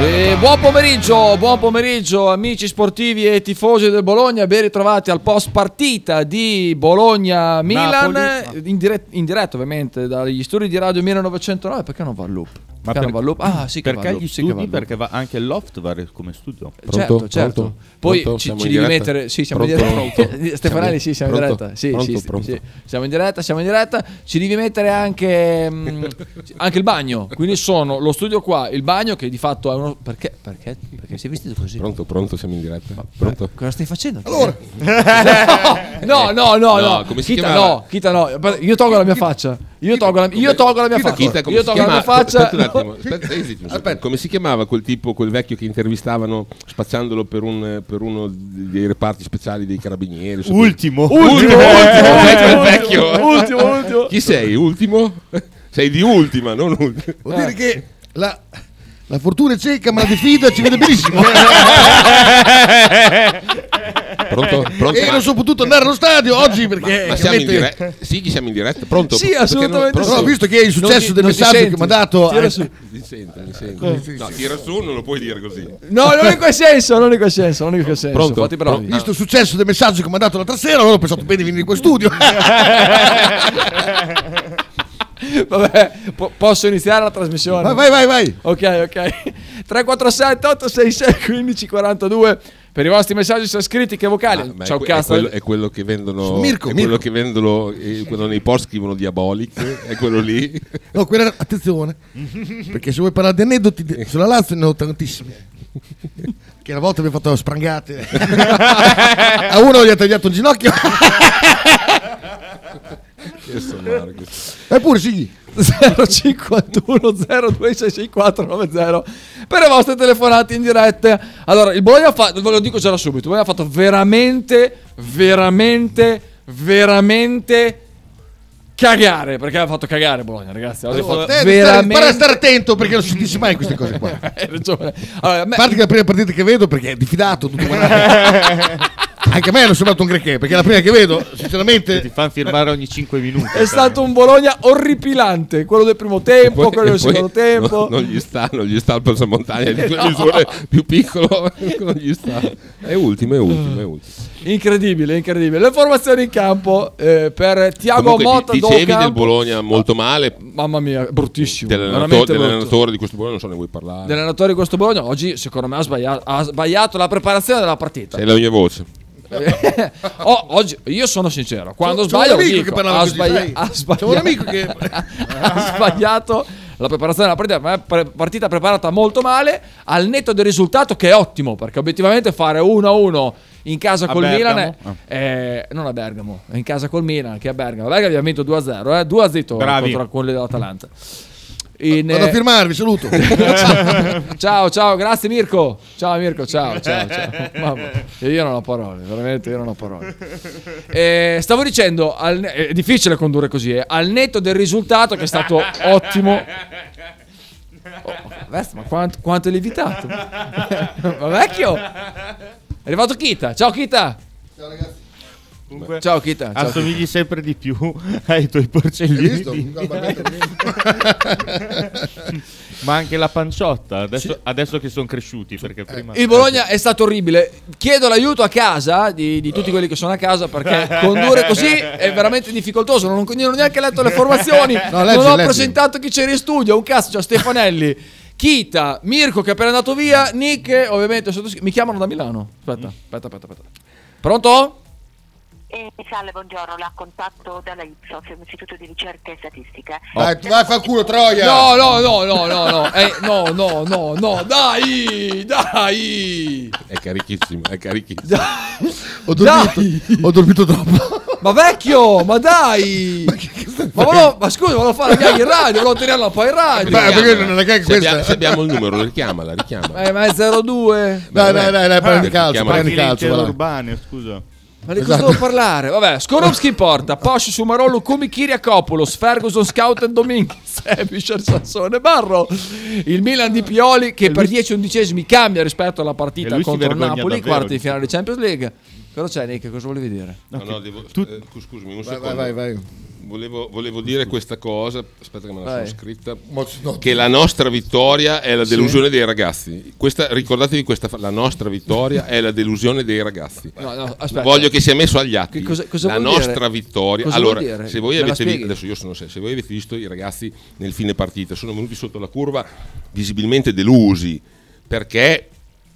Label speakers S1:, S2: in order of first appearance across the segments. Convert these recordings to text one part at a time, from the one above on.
S1: E Eh, buon pomeriggio, buon pomeriggio amici sportivi e tifosi del Bologna, ben ritrovati al post partita di Bologna-Milan,
S2: Napoli.
S1: in, dire- in diretta ovviamente dagli studi di Radio 1909, perché non va al loop? Perché non va al loop? Ah sì che va
S2: perché
S1: al
S2: gli
S1: loop, sì che
S2: studi?
S1: va al loop.
S2: perché va- anche il loft va re- come studio.
S1: Certo,
S3: Pronto?
S1: certo.
S3: Pronto?
S1: Poi
S3: Pronto?
S1: ci,
S3: Siamo
S1: ci
S3: in
S1: devi
S3: diretta?
S1: mettere. Sì, siamo in
S3: Pronto?
S1: diretta.
S3: Pronto?
S1: Stefanelli, sì, siamo in
S3: Pronto?
S1: diretta. Sì,
S3: Pronto?
S1: sì, sì,
S3: Pronto?
S1: sì. siamo in diretta, siamo in diretta. Ci devi mettere anche, mm, anche il bagno. Quindi sono lo studio qua, il bagno che di fatto è uno. Perché? Perché? Perché sei vestito così? Eh,
S3: Pronto, pronto, siamo in diretta. Pronto?
S1: Cosa stai facendo? Allora, no, no, no, no.
S4: No, come si
S1: Chita
S4: chiamava?
S1: no, Chita no. Io tolgo la mia faccia. Io tolgo la, io tolgo la mia
S4: Chita,
S1: faccia.
S4: Chita, come
S1: Io
S4: si
S1: tolgo la
S4: chiama-
S1: mia faccia.
S4: Aspetta un attimo, aspetta, stai zitto un secondo. Come si chiamava quel tipo, quel vecchio che intervistavano spacciandolo per, un- per uno dei reparti speciali dei carabinieri? So-
S2: Ultimo.
S4: ultimo, ultimo, vecchio, vecchio.
S1: Ultimo, ultimo.
S4: Chi sei? Ultimo? Sei di ultima, non ultimo.
S5: Vuol dire che la, la fortuna è cieca, ma la diffida ci vede benissimo.
S4: Eh,
S3: Pronto?
S1: Eh,
S3: Pronto?
S5: e non sono potuto andare allo stadio oggi perché.
S4: Ma siamo in
S5: veramente-
S4: diretta? Sì, chi siamo in diretta? Pronto?
S1: Sì,
S4: Perché non-
S1: assolutamente
S4: pronto?
S5: Però ho visto che il
S1: Non
S5: successo
S1: ti-
S5: del
S1: non ti
S5: messaggio
S1: senti.
S5: che mi ha dato.
S1: Tira
S5: eh,
S1: su.
S4: Mi sento, mi sento. No, tira su, non lo puoi dire così.
S1: No, non in quel senso, non in quel senso, non in quel senso.
S3: Pronto?
S1: Fatti bravi.
S5: Visto il successo del messaggio che mi ha dato l'altra sera, allora ho pensato bene di venire in questo studio.
S1: Vabbè, po- posso iniziare la trasmissione?
S5: vai, vai, vai, vai.
S1: Ok, ok. 347 866 1542 per i vostri messaggi sia scritti che vocali.
S4: Ah, ma
S1: Ciao
S4: è, que- è
S1: cazzo.
S4: quello, è quello che vendono.
S5: Mirko,
S4: è quello
S5: Mirko.
S4: che vendono. eh, quando nei post scrivono Diabolic. È quello lì.
S5: No, quella era- attenzione. Perché se vuoi parlare di aneddoti di- sulla Lazio ne ho tantissimi. Che una volta mi ha fatto sprangate. A uno gli ha tagliato un ginocchio.
S4: Adesso Marco.
S5: Eppure sì.
S1: 051 0266490 per le vostre telefonate in diretta. Allora, il Bologna ha fatto, ve lo dico già da subito, il Bologna ha fatto veramente, veramente, veramente cagare, perché ha fatto cagare Bologna, ragazzi. Oggi ha fatto
S5: Te devi stare-
S1: Eh, veramente...
S5: Guarda, stare attento perché non si dice mai queste cose qua. A
S1: Hai ragione. Allora, a me-
S5: parte che è la prima partita che vedo perché è diffidato tutto quanto. Anche a me hanno sembrato un grecché perché è la prima che vedo,
S2: Ti
S5: sinceramente.
S2: fanno firmare ogni 5 minuti. cioè.
S1: è stato un Bologna orripilante, quello del primo tempo,
S4: Poi-
S1: quello del
S4: e poi
S1: secondo tempo.
S4: Non, non gli sta, non gli sta il passamontagna di due misure più piccolo. Non gli sta. È ultimo, è ultimo,
S5: Mm.
S4: è ultimo.
S1: Incredibile, incredibile. Le formazioni in campo eh, per Tiago
S4: Comunque, di-
S1: Motta
S4: dicevi
S1: Docampo.
S4: del Bologna
S5: Ah,
S4: molto male.
S1: Mamma mia, bruttissimo.
S4: Dell'allenatore,
S1: veramente brutto.
S4: dell'allenatore di questo Bologna non so ne vuoi parlare.
S1: Dell'allenatore di questo Bologna oggi secondo me ha sbagliato, ha sbagliato la preparazione della partita.
S4: Sei la mia voce.
S1: Oh, oggi, io sono sincero, quando
S5: C'è- c'è
S1: sbaglio
S5: un
S1: lo
S5: amico
S1: dico,
S5: che parlava
S1: ha,
S5: così,
S1: sbaglia-
S5: sai?
S1: ha
S5: C'è un
S1: sbagliato,
S5: amico che.
S1: ha sbagliato la preparazione della partita, ma è pre- partita preparata molto male, al netto del risultato che è ottimo, perché obiettivamente fare 1-1 in casa
S2: A
S1: col
S2: Bergamo? Ah.
S1: Milan è, è- non a Bergamo, è in casa col Milan che è a Bergamo. La Bergamo ha vinto 2-0, eh? 2-0
S2: Bravi.
S1: contro quelli dell'Atalanta. In,
S5: Vado a
S1: eh,
S5: firmarvi, saluto.
S1: Ciao, ciao, grazie Mirko. Ciao Mirko, ciao, ciao, ciao. Mamma, io non ho parole, veramente io non ho parole. Eh, stavo dicendo, al ne- è difficile condurre così, eh. al netto del risultato che è stato ottimo. Oh, Vest, ma quanto, quanto è lievitato. ma vecchio. È arrivato Kita. Ciao Kita.
S2: Comunque,
S1: Ciao Kita. Ciao, Kita.
S2: Assomigli sempre di più ai tuoi porcellini. Ma anche la panciotta. Adesso, adesso che sono cresciuti. Perché prima.
S1: Il Bologna è stato orribile. Chiedo l'aiuto a casa di, di tutti quelli che sono a casa perché condurre così è veramente difficoltoso. Non, non ho neanche letto le formazioni,
S5: leggi,
S1: non ho
S5: leggi.
S1: presentato chi c'era in studio. Un cazzo, c'è Stefanelli, Chita, Mirko che è appena andato via, Nick, ovviamente sottoscri- Mi chiamano da Milano. Aspetta, aspetta, aspetta, aspetta. Pronto?
S6: Eh, salve, buongiorno, la contatto dalla Ipsos, Istituto di Ricerca e Statistica.
S5: Vai, vai fa culo, Troia.
S1: No, no, no, no, no, no, Eh, no, no, no, no, dai, dai.
S4: È carichissimo, è carichissimo.
S5: Ho dormito, ho dormito troppo.
S1: Ma vecchio, ma dai! ma, volevo- ma scusa, volevo fare la gag in radio, volevo tenerla poi in radio.
S5: Beh, perché non è che
S4: se, abbiamo,
S5: questa.
S4: se abbiamo il numero, richiamala, richiamala.
S1: Eh, ma è 02.
S5: Dai, dai, dai, dai, prendi
S1: Eh,
S4: Ah,
S5: calcio,
S4: chiama-
S5: prendi
S2: Anche le
S5: calcio. va là.
S2: urbane, scusa.
S1: Ma di cosa devo parlare? Vabbè, Skorupski in porta, Posh, Sumarolo, Kumi, Kiriakopoulos, Ferguson, Scout e Dominguez, Ebischer, Sassone, Barro. Il Milan di Pioli che per 10 undicesimi cambia rispetto alla
S2: E
S1: partita
S2: lui si
S1: contro il
S2: vergogna
S1: Napoli,
S2: davvero
S1: quarti di
S2: di
S1: finale di Champions League. Cosa c'è, Nick? Cosa volevi dire?
S4: No, no, devo- eh, scusami, un
S5: Vai,
S4: secondo.
S5: vai, vai, vai.
S4: Volevo, volevo dire questa cosa, aspetta che me la
S1: Vai.
S4: sono scritta,
S5: Ma- no.
S4: che la nostra vittoria è la delusione dei ragazzi. Questa, ricordatevi questa, fa- la nostra vittoria è la delusione dei ragazzi.
S1: No, no, aspetta.
S4: Voglio che sia messo agli atti
S1: Che cosa- cosa
S4: la
S1: vuol dire?
S4: nostra vittoria.
S1: Cosa
S4: allora,
S1: vuol dire?
S4: se voi
S1: Me la
S4: avete vi-
S1: spieghi?
S4: adesso io sono serio, se voi avete visto i ragazzi nel fine partita, sono venuti sotto la curva visibilmente delusi perché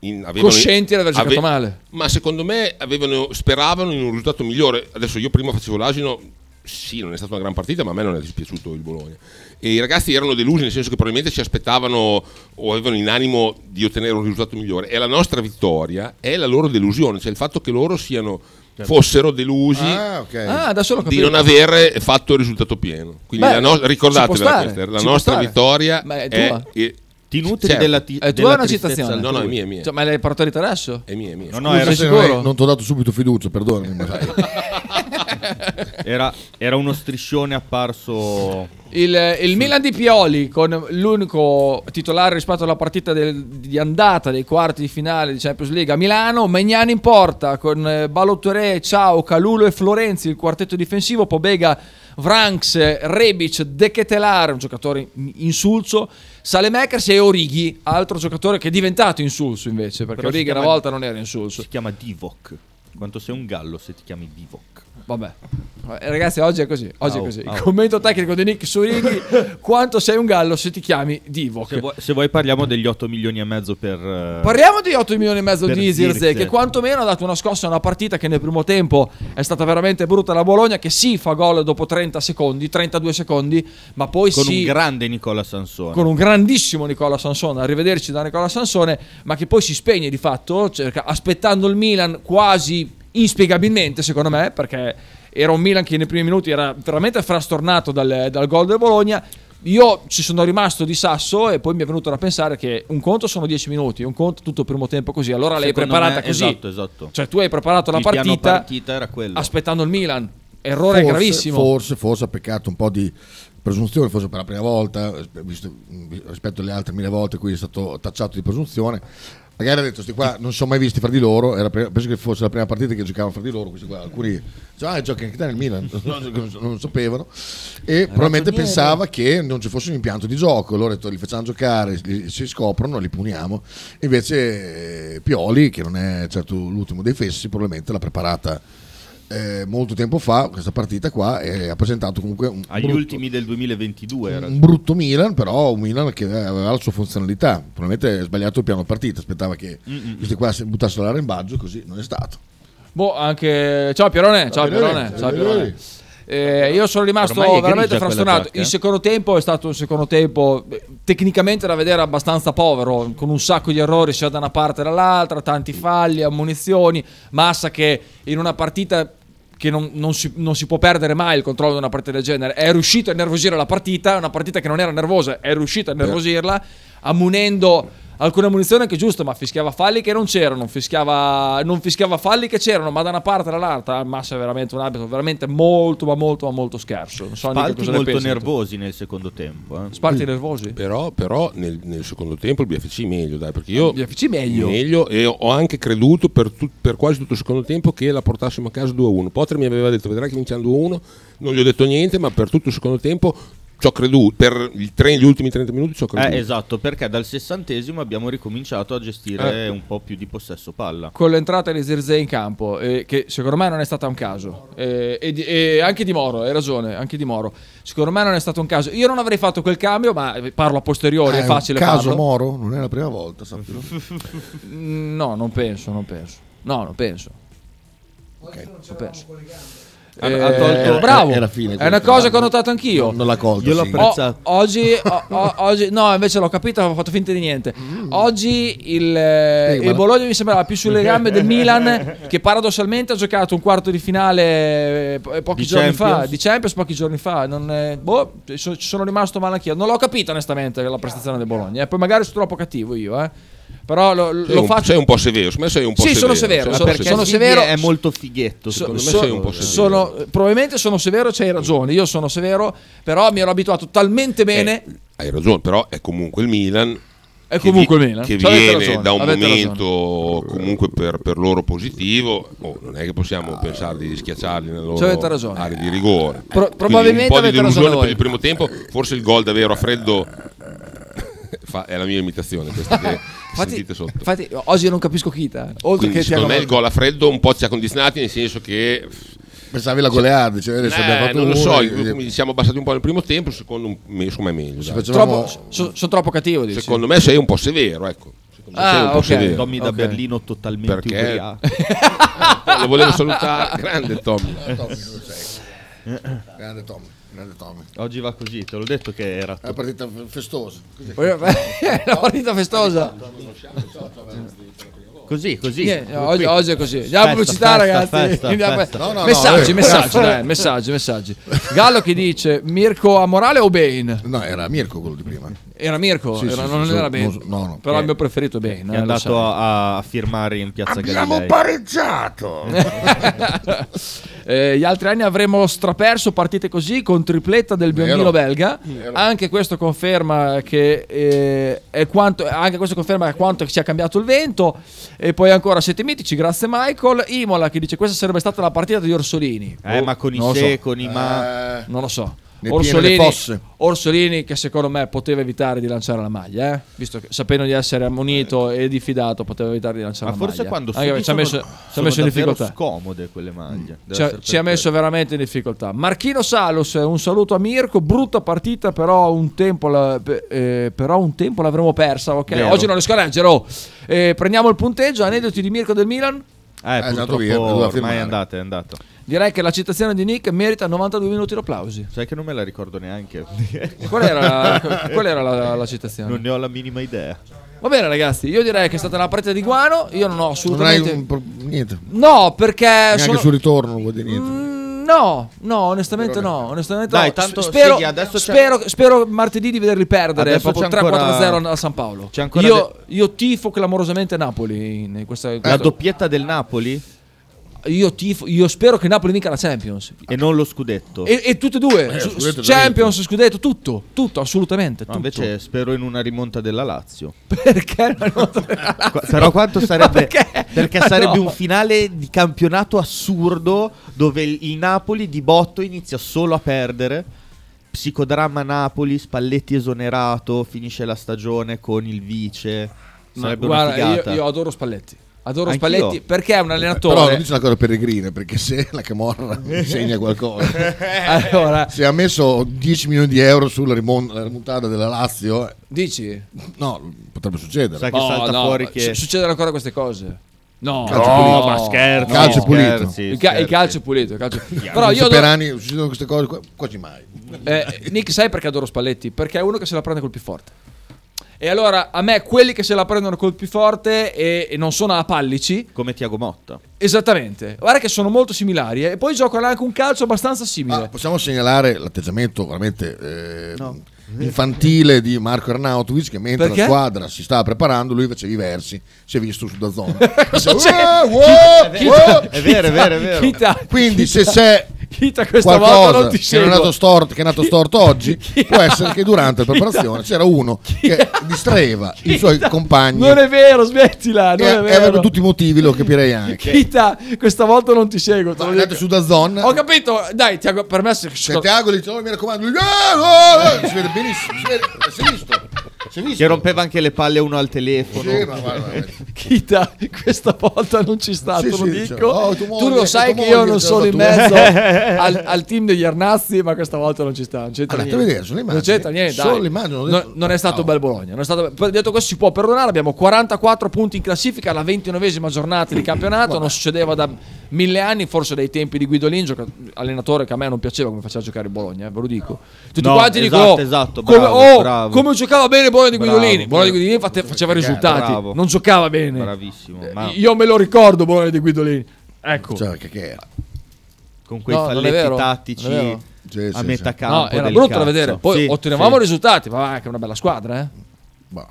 S4: in- avevano-
S1: Coscienti di aver giocato male.
S4: Ma secondo me avevano- speravano in un risultato migliore. Adesso io prima facevo l'asino. Sì, non è stata una gran partita, ma a me non è dispiaciuto il Bologna. E i ragazzi erano delusi, nel senso che probabilmente si aspettavano o avevano in animo di ottenere un risultato migliore. E la nostra vittoria è la loro delusione, cioè il fatto che loro siano, fossero delusi
S5: Ah, ok.
S1: Certo. Ah, adesso l'ho
S4: di
S1: capito.
S4: non aver fatto il risultato pieno. Quindi
S1: Beh,
S4: la no-
S1: ci può
S4: ricordatevela
S1: stare,
S4: questa, la
S1: ci può
S4: nostra
S1: stare.
S4: vittoria
S1: Ma è
S4: è,
S1: tua?
S4: è-
S2: Ti nutri
S4: Certo.
S2: della ti-
S1: È tua
S2: della
S1: o è Eh, una
S2: tristezza
S1: citazione?
S4: No, no, è
S2: altrui.
S4: mia, è mia.
S1: Cioè, ma l'hai partorita adesso?
S4: È mia, è mia.
S2: No, no,
S1: Scusa,
S2: era,
S1: sì.
S5: Se non hai-
S1: sicuro?
S5: Non ti ho dato subito fiducia, perdonami. ma sai.
S2: era- era uno striscione apparso.
S1: Il, il Milan di Pioli con l'unico titolare rispetto alla partita del- di andata dei quarti di finale di Champions League a Milano, Magnani in porta con eh, Balottoré, Ciao, Calulo e Florenzi, il quartetto difensivo, Pobega, Vranks, Rebic, De Ketelar, un giocatore in- insulso, Salemekers e Orighi, altro giocatore che è diventato insulso invece, perché
S2: Però si
S1: Orighi una
S2: chiama-
S1: volta non era insulso.
S2: Si chiama Divock. Quanto sei un gallo se ti chiami Divock.
S1: Vabbè. Eh, Ragazzi, oggi è così. Oggi è
S2: Au,
S1: così. Il
S2: au.
S1: commento tecnico di Nick su Righi. quanto sei un gallo se ti chiami Divock.
S2: Se vuoi, se vuoi parliamo degli 8 milioni e mezzo per... eh,
S1: Parliamo di 8 milioni e mezzo
S2: Per
S1: di Zirze
S2: Zirze.
S1: che quantomeno ha dato una scossa a una partita che nel primo tempo è stata veramente brutta la Bologna che si fa gol dopo 30 secondi, 32 secondi, ma poi
S2: con
S1: si
S2: un grande Nicola Sansone.
S1: con un grandissimo Nicola Sansone, arrivederci da Nicola Sansone, ma che poi si spegne di fatto, cerca- aspettando il Milan quasi inspiegabilmente, secondo me, perché era un Milan che nei primi minuti era veramente frastornato dal, dal gol del Bologna. Io ci sono rimasto di sasso e poi mi è venuto da pensare che un conto sono 10 minuti, un conto tutto il primo tempo così, allora l'hai
S2: Secondo
S1: preparata
S2: me-
S1: così.
S2: Esatto, esatto.
S1: Cioè tu hai preparato la
S2: Il piano
S1: partita,
S2: partita era quello.
S1: aspettando il Milan, errore
S5: Forse-
S1: gravissimo.
S5: Forse, forse ha peccato un po' di presunzione, forse per la prima volta, eh, visto- mh, rispetto alle altre mille volte in cui è stato tacciato di presunzione. Magari ha detto, questi qua non si sono mai visti fra di loro, era pre- penso che fosse la prima partita che giocavano fra di loro, questi qua, alcuni dicevano, ah, giochi anche te nel Milan, non, non sapevano, e probabilmente pensava che non ci fosse un impianto di gioco, allora ha detto, li facciamo giocare, li- si scoprono, li puniamo, invece eh, Pioli, che non è certo l'ultimo dei fessi, probabilmente l'ha preparata eh, molto tempo fa questa partita qua e ha presentato comunque un,
S2: Agli
S5: brutto,
S2: ultimi del 2022 era.
S5: un brutto Milan però un Milan che aveva la sua funzionalità probabilmente ha sbagliato il piano partita aspettava che questi qua si buttassero l'arrembaggio così non è stato
S1: Boh, anche. Ciao Pierone, ciao
S5: Pierone,
S1: Pierone,
S5: ciao
S1: ciao Pierone.
S5: Pierone.
S1: Eh, io sono rimasto
S2: Ormai è grigia
S1: veramente
S2: quella
S1: frastonato.
S2: giacca, eh?
S1: Il secondo tempo è stato un secondo tempo eh, tecnicamente da vedere abbastanza povero, con un sacco di errori sia da una parte che dall'altra, tanti falli, ammunizioni. Massa che in una partita che non, non si, non si può perdere mai il controllo di una partita del genere, è riuscito a nervosire la partita, una partita che non era nervosa, è riuscito
S2: Eh.
S1: a nervosirla, ammunendo alcune munizioni anche giusto, ma fischiava falli che non c'erano, fischiava, non fischiava falli che c'erano, ma da una parte e dall'altra Massa è veramente un abito veramente molto, ma molto, ma molto scarso. Non so neanche
S2: Palti
S1: cosa ne
S2: molto
S1: pensi.
S2: nervosi nel secondo tempo. eh.
S1: Sparti nervosi?
S4: Però, però nel, nel secondo tempo il BFC meglio, dai, perché io...
S1: Il BFC meglio.
S4: e ho anche creduto per, tut- per quasi tutto il secondo tempo che la portassimo a casa 2-1. Potter mi aveva detto, vedrai che vinciamo 2-1, non gli ho detto niente, ma per tutto il secondo tempo ci ho creduto, per il tre- gli ultimi 30 minuti ci ho creduto.
S2: Eh, esatto, perché dal sessantesimo abbiamo ricominciato a
S1: Eh.
S2: gestire un po' più di possesso palla.
S1: Con l'entrata di Zirze in campo, eh, che secondo me non è stata un caso, eh, e, di- e anche di Moro, hai ragione, anche di Moro. Secondo me non è stato un caso. Io non avrei fatto quel cambio, ma eh, parlo a posteriori,
S5: Ah,
S1: è facile
S5: un caso
S1: farlo.
S5: Moro non è la prima volta sappilo.
S1: Mm, No, non penso, non penso. No, non penso. Non penso.
S2: Ha- ha tolto-
S1: Eh,
S5: era-
S1: bravo,
S5: era fine
S1: è una
S5: questa.
S1: cosa che ho notato anch'io.
S5: non l'ha colto
S2: Io l'ho
S5: sì.
S2: pre- apprezzato.
S1: O- oggi, o- o- oggi- no, invece l'ho capito, avevo fatto finta di niente.
S4: Mm.
S1: Oggi il, eh, il
S5: ma-
S1: Bologna mi sembrava più sulle gambe del Milan, che paradossalmente ha giocato un quarto di finale eh, po- pochi
S2: Di
S1: giorni fa,
S2: Champions?
S1: di Champions pochi giorni fa. Non, eh, boh, ci so- ci sono rimasto male anch'io. Non l'ho capito onestamente la prestazione del Bologna. eh. Poi magari sono troppo cattivo io, eh. però lo, lo
S4: Sei un,
S1: faccio.
S4: sei un po' severo, secondo me sei un po'
S1: Sì, sono
S4: severo.
S1: severo,
S4: cioè, sei un
S1: sono-
S4: po'
S1: perché
S4: severo.
S1: sono severo-
S2: È molto fighetto.
S1: So-
S2: secondo
S4: Secondo
S2: me.
S1: so-
S4: me sei un po'
S1: sono- probabilmente sono severo, c'hai ragione. Io sono
S4: Eh.
S1: severo, però mi ero abituato talmente bene.
S4: Hai ragione, però è comunque il Milan,
S1: È
S4: che
S1: comunque
S4: vi-
S1: il Milan.
S4: che
S1: Ci avete
S4: viene
S1: ragione,
S4: da un
S1: avete
S4: momento comunque per, per loro positivo, oh, non è che possiamo pensare di schiacciarli nella
S1: Ci avete
S4: loro
S1: ragione.
S4: area di rigore.
S1: Pro-
S4: Quindi
S1: probabilmente
S4: un po' di
S1: avete ragione
S4: delusione per
S1: voi.
S4: il primo tempo, forse il gol davvero a freddo fa- è la mia imitazione questa che
S1: Infatti,
S4: sentite sotto.
S1: infatti oggi non capisco Kita. Oltre
S4: Quindi
S1: che
S4: secondo me il
S1: Thiago
S4: gol a freddo un po' ci ha condizionati nel senso che
S5: Pensavi la goleada, cioè adesso
S4: eh,
S5: abbiamo fatto
S4: non lo
S5: una
S4: so,
S5: e-
S4: ci siamo abbassati un po' nel primo tempo, secondo me insomma è meglio. dai.
S5: facevamo-
S1: Troppo- so- sono troppo cattivo, dici.
S4: Secondo me sei un po' severo, ecco. Secondo me
S1: Ah,
S4: sei un po'
S1: ok.
S4: severo.
S1: Tommy da Ok.
S2: Berlino totalmente
S4: Perché? ubriaco. Lo volevo salutare, grande Tommy.
S5: Tommy, tu sei. Grande Tommy, grande Tommy.
S2: Oggi va così, te l'ho detto che era.
S5: È una partita f- festosa. Così.
S1: È una partita festosa.
S2: Così, così.
S1: Niente, no, oggi, oggi è così. Andiamo a
S2: Festa,
S1: pubblicità,
S2: festa,
S1: ragazzi.
S2: festa,
S1: Andiamo-
S2: festa.
S5: No, no, no,
S1: messaggi,
S5: eh.
S1: messaggi, dai, messaggi, messaggi. Gallo che dice Mirko Amorale o Bane?
S5: No, era Mirko quello di prima.
S1: Era Mirko,
S5: Sì,
S1: era-
S5: sì,
S1: non
S5: sì,
S1: era
S5: sì,
S1: Bane.
S5: non so- no, no.
S1: Però
S2: Eh,
S1: il mio preferito è Bane.
S2: È
S1: eh, lo sai.
S2: andato a, a firmare in piazza Galilei.
S5: pareggiato!
S1: Eh, gli altri anni avremmo straperso partite così con tripletta del biondino
S5: Vero.
S1: belga. Anche questo conferma che eh, è quanto anche questo conferma quanto ci ha cambiato il vento. E poi ancora siete mitici, grazie Michael. Imola che dice questa sarebbe stata la partita di Orsolini.
S2: Eh, ma con i
S1: non lo
S2: se,
S1: so. Eh.
S2: con i ma.
S5: Eh,
S1: Non lo so.
S5: Ne
S1: Orsolini,
S5: piene le fosse.
S1: Orsolini che secondo me poteva evitare di lanciare la maglia, eh? visto che sapendo di essere ammonito e diffidato poteva evitare di lanciare
S2: Ma
S1: la
S2: forse
S1: maglia.
S2: quando
S1: Anche perché ci ha
S2: sono,
S1: messo, ci ha
S2: sono
S1: messo in
S2: davvero
S1: difficoltà.
S2: scomode quelle maglie. Deve
S1: Ci ha-
S2: essere
S1: Cioè, ci ha
S2: per
S1: messo
S2: quello.
S1: veramente in difficoltà. Marchino Salus, un saluto a Mirko. Brutta partita, però un tempo, la- pe- eh, però un tempo l'avremmo persa. ok?
S2: Vero.
S1: Oggi non riesco a leggere. oh. Eh, prendiamo il punteggio. Aneddoti di Mirko del Milan.
S2: Eh,
S5: andato
S2: purtroppo
S5: via, doveva
S2: ormai
S5: firmare.
S2: è andato, è andato.
S1: Direi che la citazione di Nick merita 92 minuti di applausi.
S2: Sai che non me la ricordo neanche.
S1: Qual era la, qual era la- la citazione?
S2: non ne ho la minima idea.
S5: Eh.
S1: Va bene, ragazzi. Io direi che è stata una partita di guano. Io non ho
S5: Non hai
S1: assolutamente.
S5: un pro- niente.
S1: No, perché.
S5: Neanche
S1: sono-
S5: sul ritorno non vuol dire niente.
S1: Mm, No, no, onestamente no. Onestamente
S2: Dai,
S1: no.
S2: tanto
S1: S- spero,
S2: sì, adesso c'è-
S1: spero, spero martedì di vederli perdere
S2: Adesso
S1: proprio
S2: c'è ancora-
S1: 3-4-0 a San Paolo.
S2: C'è ancora Eh,
S1: Io, io tifo clamorosamente Napoli in questa. in
S2: La
S1: questo-
S2: doppietta del Napoli
S1: io, tifo, io spero che Napoli vinca la Champions.
S2: e non lo scudetto.
S1: E, e tutte e
S2: Eh,
S1: due, su-
S5: scudetto è
S1: Champions, scudetto, tutto, tutto, assolutamente.
S2: No,
S1: tutto.
S2: invece spero in una rimonta della Lazio.
S1: perché non
S2: Qua- Però quanto sarebbe
S1: perché?
S2: perché
S1: Ma
S2: sarebbe
S1: no.
S2: un finale di campionato assurdo dove il il Napoli di botto inizia solo a perdere. Psicodramma Napoli, Spalletti esonerato, finisce la stagione con il vice.
S1: Ma
S2: Sarebbe
S1: guarda,
S2: una figata.
S1: Io, io adoro Spalletti. Adoro
S2: Anch'io. Eh,
S1: Spalletti perché è un
S5: Però non
S1: allenatore.
S5: dice una cosa peregrina, perché se la Camorra insegna qualcosa,
S1: Eh, allora,
S5: se ha messo 10 milioni di euro sulla rimon- la rimontata della Lazio, eh,
S1: dici?
S5: no, potrebbe succedere.
S2: Sai che
S1: No,
S2: salta
S1: no,
S2: fuori
S1: ma
S2: che
S1: su- succedono ancora queste cose. No,
S5: Calcio pulito.
S1: ma scherzo.
S5: Il calcio è pulito.
S1: Il, ca- il calcio è pulito. il calcio- Però io.
S5: per
S1: adoro-
S5: anni succedono queste cose qua- quasi mai.
S1: eh, Nick, sai perché adoro Spalletti? Perché è uno che se la prende col più forte. E allora a me quelli che se la prendono col più forte e, e non sono apallici,
S2: come Tiago Motta.
S1: esattamente. Guarda che sono molto similari. eh, E poi giocano anche un calcio abbastanza simile.
S5: Ah, possiamo segnalare l'atteggiamento veramente eh, infantile di Marco Arnautovic che mentre
S1: Perché?
S5: la squadra si stava preparando lui faceva i versi, si è visto Cioè, su Dazzone.
S1: Cosa c'è?
S5: "Uè,
S1: Cioè,
S5: uè,
S1: Chi-
S5: uè".
S2: È vero, è vero, è vero.
S1: Chita-
S5: Quindi se c'è
S1: Chita questa volta
S5: qualcosa
S1: non ti
S5: che non è
S1: seguo.
S5: nato storto, che è nato storto oggi, può essere che durante la
S1: Chita-
S5: preparazione c'era uno che distraeva i suoi
S1: Chita-
S5: compagni
S1: Non è vero, smettila. Non
S2: Eh,
S5: e,
S1: è
S5: e
S1: vero.
S5: aveva tutti i motivi, lo capirei anche.
S1: Chita, questa volta non ti seguo. te
S5: Ma
S1: lo
S5: andate
S1: dico.
S5: su Dazzone.
S1: Ho capito, dai, Tiago, per me se-
S5: Santiago dice, "Oh, mi raccomando, lui, "Ah, ah", si vede benissimo, si vede, si è visto, si è visto.
S2: Che rompeva anche le palle uno al telefono.
S5: Sì, ma guarda, guarda.
S1: Chita, questa volta non ci sta,
S5: Sì,
S1: te lo
S5: sì,
S1: dico.
S5: cioè, oh, tu moglie,
S1: tu lo sai
S5: tu
S1: che io
S5: moglie,
S1: non
S5: c'è
S1: sono
S5: la
S1: in
S5: tua.
S1: mezzo al, al team degli Arnazzi, ma questa volta non ci sta. Non c'entra
S5: Andate a
S1: niente.
S5: vedere, sono le
S1: non
S5: immagini.
S1: c'entra niente.
S5: Sono
S1: dai.
S5: le immagini, ho
S1: non,
S5: detto-
S1: non è stato
S5: Ciao.
S1: bel Bologna. Non è stato, per- detto questo, si può perdonare. Abbiamo 44 punti in classifica alla 29esima giornata di campionato. non succedeva da mille anni, forse dai tempi di Guidolin, gioca- allenatore che a me non piaceva come faceva a giocare il Bologna, eh, ve lo dico. Tutti
S2: No,
S1: quanti
S2: esatto,
S1: dicono:
S2: esatto,
S1: come,
S2: bravo,
S1: oh,
S2: bravo.
S1: come giocava bene Bologna di
S2: Bravo,
S1: Guidolini. Bologna di
S2: bravo. Eh,
S1: Guidolini fate- faceva risultati,
S2: Bravo.
S1: non giocava bene. Eh,
S2: Bravissimo, ma
S1: Io me lo ricordo Bologna di Guidolini. Ecco.
S5: Cioè, che, che era?
S2: con quei
S1: No, non è
S2: falletti
S1: vero,
S2: tattici
S1: non è vero.
S5: Sì,
S2: a
S5: sì,
S2: metà
S5: sì.
S2: campo.
S1: no, era
S2: del
S1: brutto da
S2: cazzo.
S1: vedere. Poi
S2: Sì,
S1: ottenevamo
S2: sì.
S1: risultati, ma va, che è una bella squadra, eh.
S5: Bah,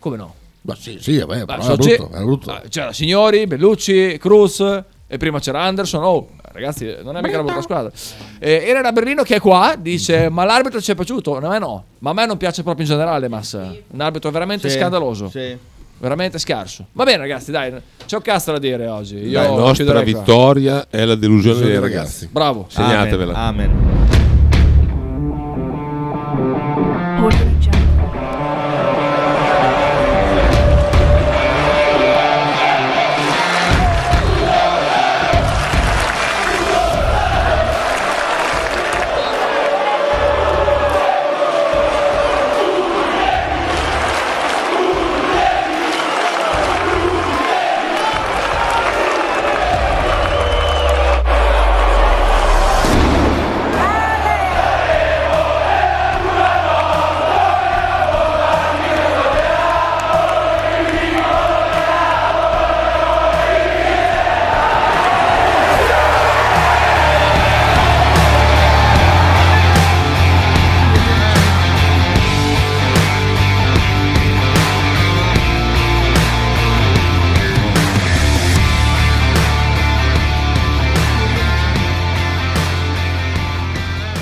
S1: Come no?
S5: bah, Boh. sì, sì, vabbè,
S1: Beh,
S5: però
S1: so-
S5: era brutto,
S1: c'è-
S5: era brutto.
S1: ah, C'era Signori, Bellucci, Cruz e prima c'era Anderson. Oh, Ragazzi, non è mica una brutta squadra. Eh, era da Berlino che è qua, dice, ma l'arbitro ci è piaciuto? No, A me no, ma a me non piace proprio in generale Massa. Un arbitro veramente scandaloso,
S2: Sì.
S1: veramente scarso. Va bene ragazzi, dai, c'ho cazzo da dire oggi. Io
S4: La nostra
S1: chiuderei qua.
S4: vittoria è la delusione dei ragazzi.
S1: Bravo.
S4: Segnatevela.
S2: Amen. Amen.
S7: Audio